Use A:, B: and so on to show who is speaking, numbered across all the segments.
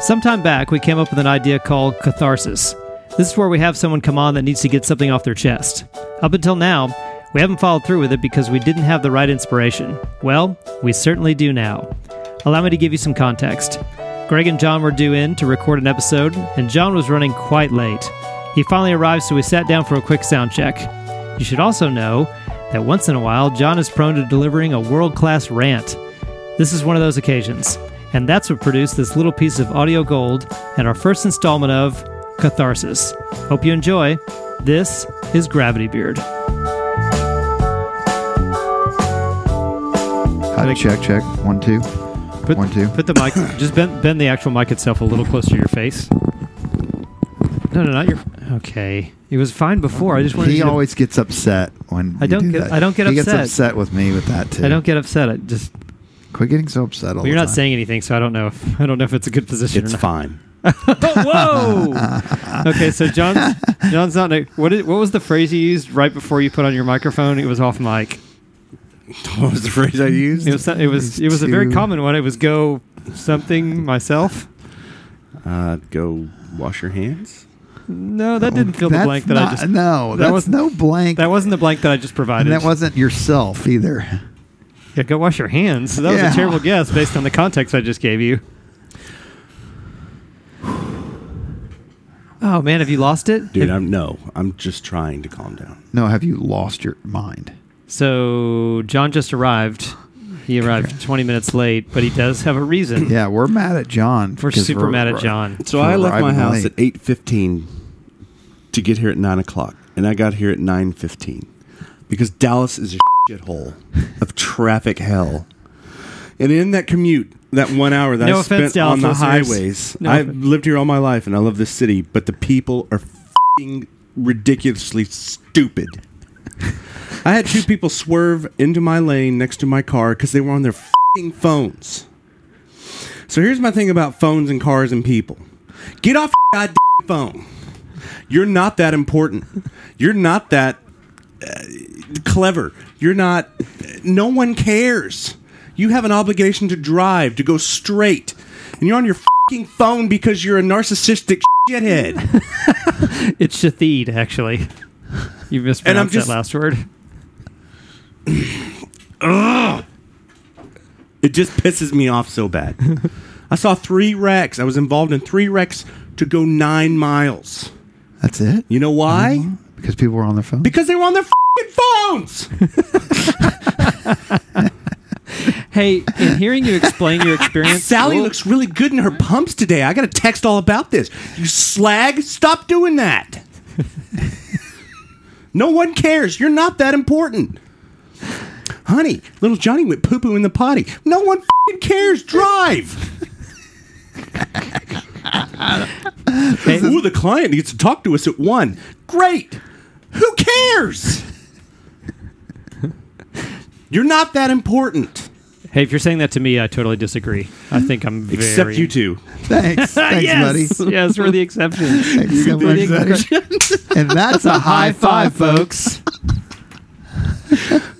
A: Sometime back, we came up with an idea called catharsis. This is where we have someone come on that needs to get something off their chest. Up until now, we haven't followed through with it because we didn't have the right inspiration. Well, we certainly do now. Allow me to give you some context. Greg and John were due in to record an episode, and John was running quite late. He finally arrived, so we sat down for a quick sound check. You should also know that once in a while, John is prone to delivering a world class rant. This is one of those occasions, and that's what produced this little piece of audio gold and our first installment of Catharsis. Hope you enjoy. This is Gravity Beard.
B: Hi, check, check. One, two.
A: Put,
B: One, two.
A: Put the mic. Just bend, bend the actual mic itself a little closer to your face. No, no, not your. Okay, it was fine before. I just wanted.
B: He
A: you to-
B: always gets upset when
A: I
B: you
A: don't
B: do
A: get-
B: that.
A: I don't get
B: he
A: upset.
B: gets upset with me with that too.
A: I don't get upset. I just.
B: Quit getting so upset. All
A: Well,
B: the
A: you're not
B: time.
A: saying anything, so I don't know. If, I don't know if it's a good position.
C: It's
A: or not.
C: fine.
A: Whoa. okay, so John's John's not. What is, What was the phrase you used right before you put on your microphone? It was off mic.
C: What was the phrase I used?
A: It was. It was. It was a very common one. It was go something myself.
C: uh, go wash your hands.
A: No, that didn't fill the
B: That's
A: blank that
B: not,
A: I just.
B: No,
A: that
B: that's
A: was-
B: no blank.
A: That wasn't the blank that I just
B: and
A: provided.
B: that wasn't yourself either.
A: Yeah, go wash your hands. So that was
B: Yeah.
A: a terrible guess based on the context I just gave you. Oh man, have you lost it?
C: Dude,
A: Have-
C: I'm no. I'm just trying to calm down.
B: No, have you lost your mind?
A: so John just arrived. He arrived 20 minutes late, but he does have a reason.
B: Yeah, we're mad at John.
A: We're
B: 'cause
A: super mad at John.
C: So I left my
B: Arriving
C: house
B: late.
C: at eight fifteen to get here at nine o'clock, and I got here at nine fifteen because Dallas is a shithole of traffic hell. And in that commute, that one hour that
A: No
C: I
A: offense,
C: spent
A: Dallas
C: on the
A: listeners.
C: highways,
A: No
C: I've
A: offense.
C: lived here all my life, and I love this city, but the people are fing ridiculously stupid. I had two people swerve into my lane next to my car because they were on their fing phones. So here's my thing about phones and cars and people. Get off your goddamn phone. You're not that important. You're not that uh, clever. You're not. No one cares. You have an obligation to drive, to go straight, and you're on your fing phone because you're a narcissistic shithead.
A: It's Shatheed, actually. You mispronounced
C: just-
A: that last word.
C: It just pisses me off so bad. I saw three wrecks. I was involved in three wrecks to go nine miles.
B: That's it.
C: You know why?
B: Because people were on their phone.
C: Because they were on their fing phones.
A: Hey, in hearing you explain your experience,
C: Sally
A: Well,
C: looks really good in her pumps today. I got a text all about this. You slag, stop doing that. no one cares. You're not that important. Honey, little Johnny went poo poo in the potty. No one fing cares. Drive.
A: Hey,
C: Ooh, the client needs to talk to us at one. Great. Who cares? You're not that important.
A: hey, if you're saying that to me, I totally disagree. I think I'm very
C: Except you two.
B: Thanks, thanks,
A: yes!
B: buddy.
A: Yes, we're the exception.
B: Thanks so much, buddy. and that's a high five, folks.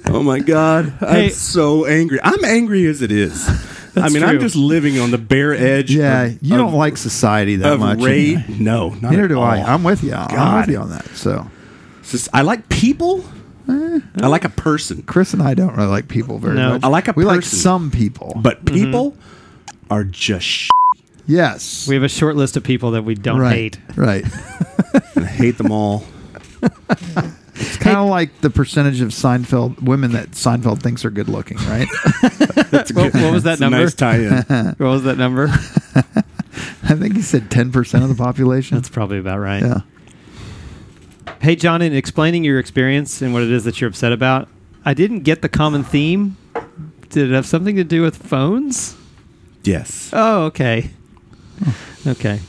C: Oh my god,
A: Hey.
C: I'm so angry. I'm angry as it is. I mean, I'm
A: true.
C: just living on the bare edge.
B: Yeah,
C: of,
B: you
C: of-
B: don't like society that
C: of
B: much.
C: rage.
B: anyway.
C: No, not
B: Neither
C: at
B: do
C: all.
B: I. I'm with you. I'm with
C: God.
B: you on that. So
C: It's just- I like people.
B: Eh,
C: I like a person,
B: Chris and I don't really like people very
A: No.
B: much.
C: I like a
B: we like
C: person.
B: some people,
C: but
A: Mm-hmm.
C: people are just. Sh-
B: yes,
A: We have a short list of people that we don't
B: right,
A: hate.
B: right.
C: I hate them all.
B: It's kind of like the percentage of Seinfeld women that Seinfeld thinks are good looking, right?
C: That's a
A: What-
C: good-
A: what was that
C: that's
A: number?
C: A nice tie-in.
A: What was that number?
B: I think he said ten percent of the population.
A: That's probably about right.
B: yeah.
A: Hey, John, in explaining your experience and what it is that you're upset about, I didn't get the common theme. Did it have something to do with phones?
C: yes,
A: Oh, okay. Okay.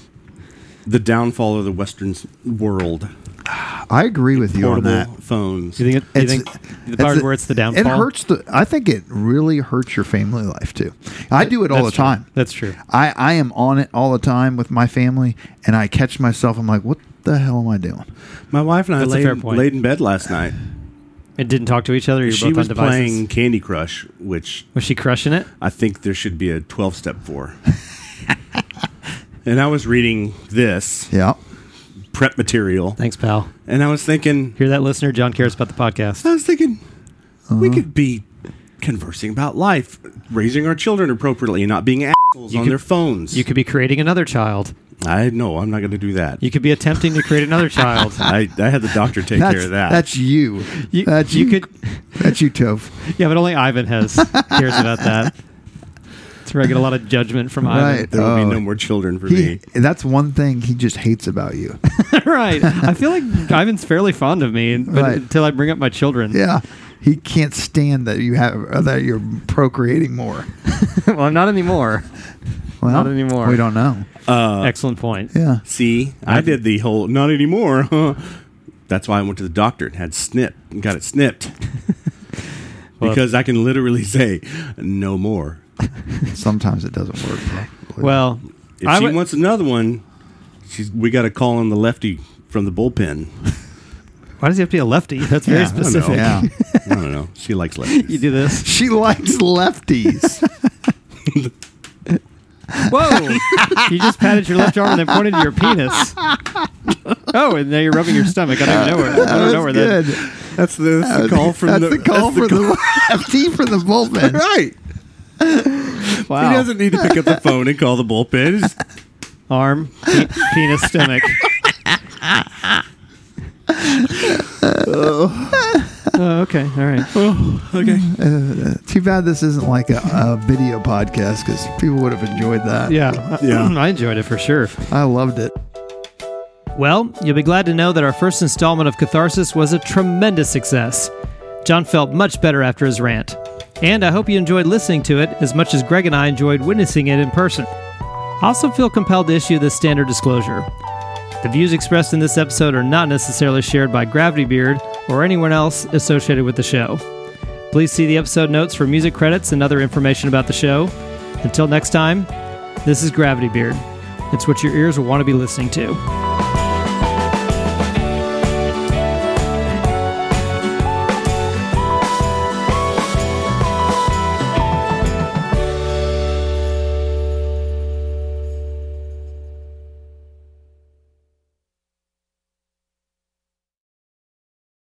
C: the downfall of the Western s- world.
B: I agree with you on
C: Portable
B: that.
C: phones.
A: Do you think, do you think the part where it's the downfall?
B: It hurts the. I think it really hurts your family life too. I do it all
A: That's
B: the
A: true.
B: time.
A: That's true.
B: I, I am on it all the time with my family, and I catch myself. I'm like, what the hell am I doing?
C: My wife and I
A: That's a
C: laid,
A: fair point.
C: laid in bed last night.
A: It didn't talk to each other. You're
C: She
A: both
C: was
A: on devices.
C: playing Candy Crush, which
A: Was she crushing it?
C: I think there should be a 12 step for. and I was reading this
B: Yeah.
C: prep material,
A: Thanks, pal.
C: and I was thinking,
A: Hear that, listener? John cares about the podcast.
C: I was thinking, we could be conversing about life, raising our children appropriately, and not being assholes on
A: could-
C: their phones.
A: You could be creating another child.
C: I know I'm not going to do that.
A: You could be attempting to create another child.
C: I, I had the doctor take
B: That's
C: care of that.
B: that's you.
A: You,
B: that's
A: you could,
B: That's you, Tove.
A: yeah, but only Ivan has cares about that. That's where I get a lot of judgment from
B: Right.
C: there will
B: Oh.
C: be no more children for
B: He,
C: me.
B: that's one thing he just hates about you.
A: Ivan. right. I feel like Ivan's fairly fond of me, but
B: Right.
A: until I bring up my children,
B: yeah. He can't stand that you have that you're procreating more.
A: well, I'm not anymore.
B: Well,
A: Not anymore.
B: We don't know.
A: Excellent point.
B: Yeah.
C: See, I did the whole not anymore. huh? That's why I went to the doctor and had snip and got it snipped.
A: Well-
C: because I can literally say no more.
B: Sometimes it doesn't work. Probably.
A: Well,
C: If
A: I
C: she
A: would-
C: wants another one, she's we got to call on the lefty from the bullpen.
A: why does he have to be a lefty? That's very
C: Yeah, I don't know.
A: specific.
B: yeah.
C: I don't know. She likes lefties.
A: You do this.
B: she likes lefties.
A: Whoa! you just patted your left arm and then pointed to your penis. Oh, and now you're rubbing your stomach. I don't even know where. I don't know where that.
C: That's the, that's the call from
B: that's
C: the,
B: the, call
C: that's the
B: for the lefty for the bullpen.
C: right.
A: Wow.
C: He doesn't need to pick up the phone and call the bullpen. He's-
A: Arm, pe- penis, stomach. oh, okay. All right.
C: okay.
B: Too bad this isn't like a, a video podcast because people would have enjoyed that.
A: Yeah.
C: Yeah.
A: I enjoyed it for sure.
B: I loved it.
A: Well, you'll be glad to know that our first installment of Catharsis was a tremendous success. John felt much better after his rant. And I hope you enjoyed listening to it as much as Greg and I enjoyed witnessing it in person. I also feel compelled to issue this standard disclosure. The views expressed in this episode are not necessarily shared by Gravity Beard or anyone else associated with the show. Please see the episode notes for music credits and other information about the show. Until next time, this is Gravity Beard. It's what your ears will want to be listening to.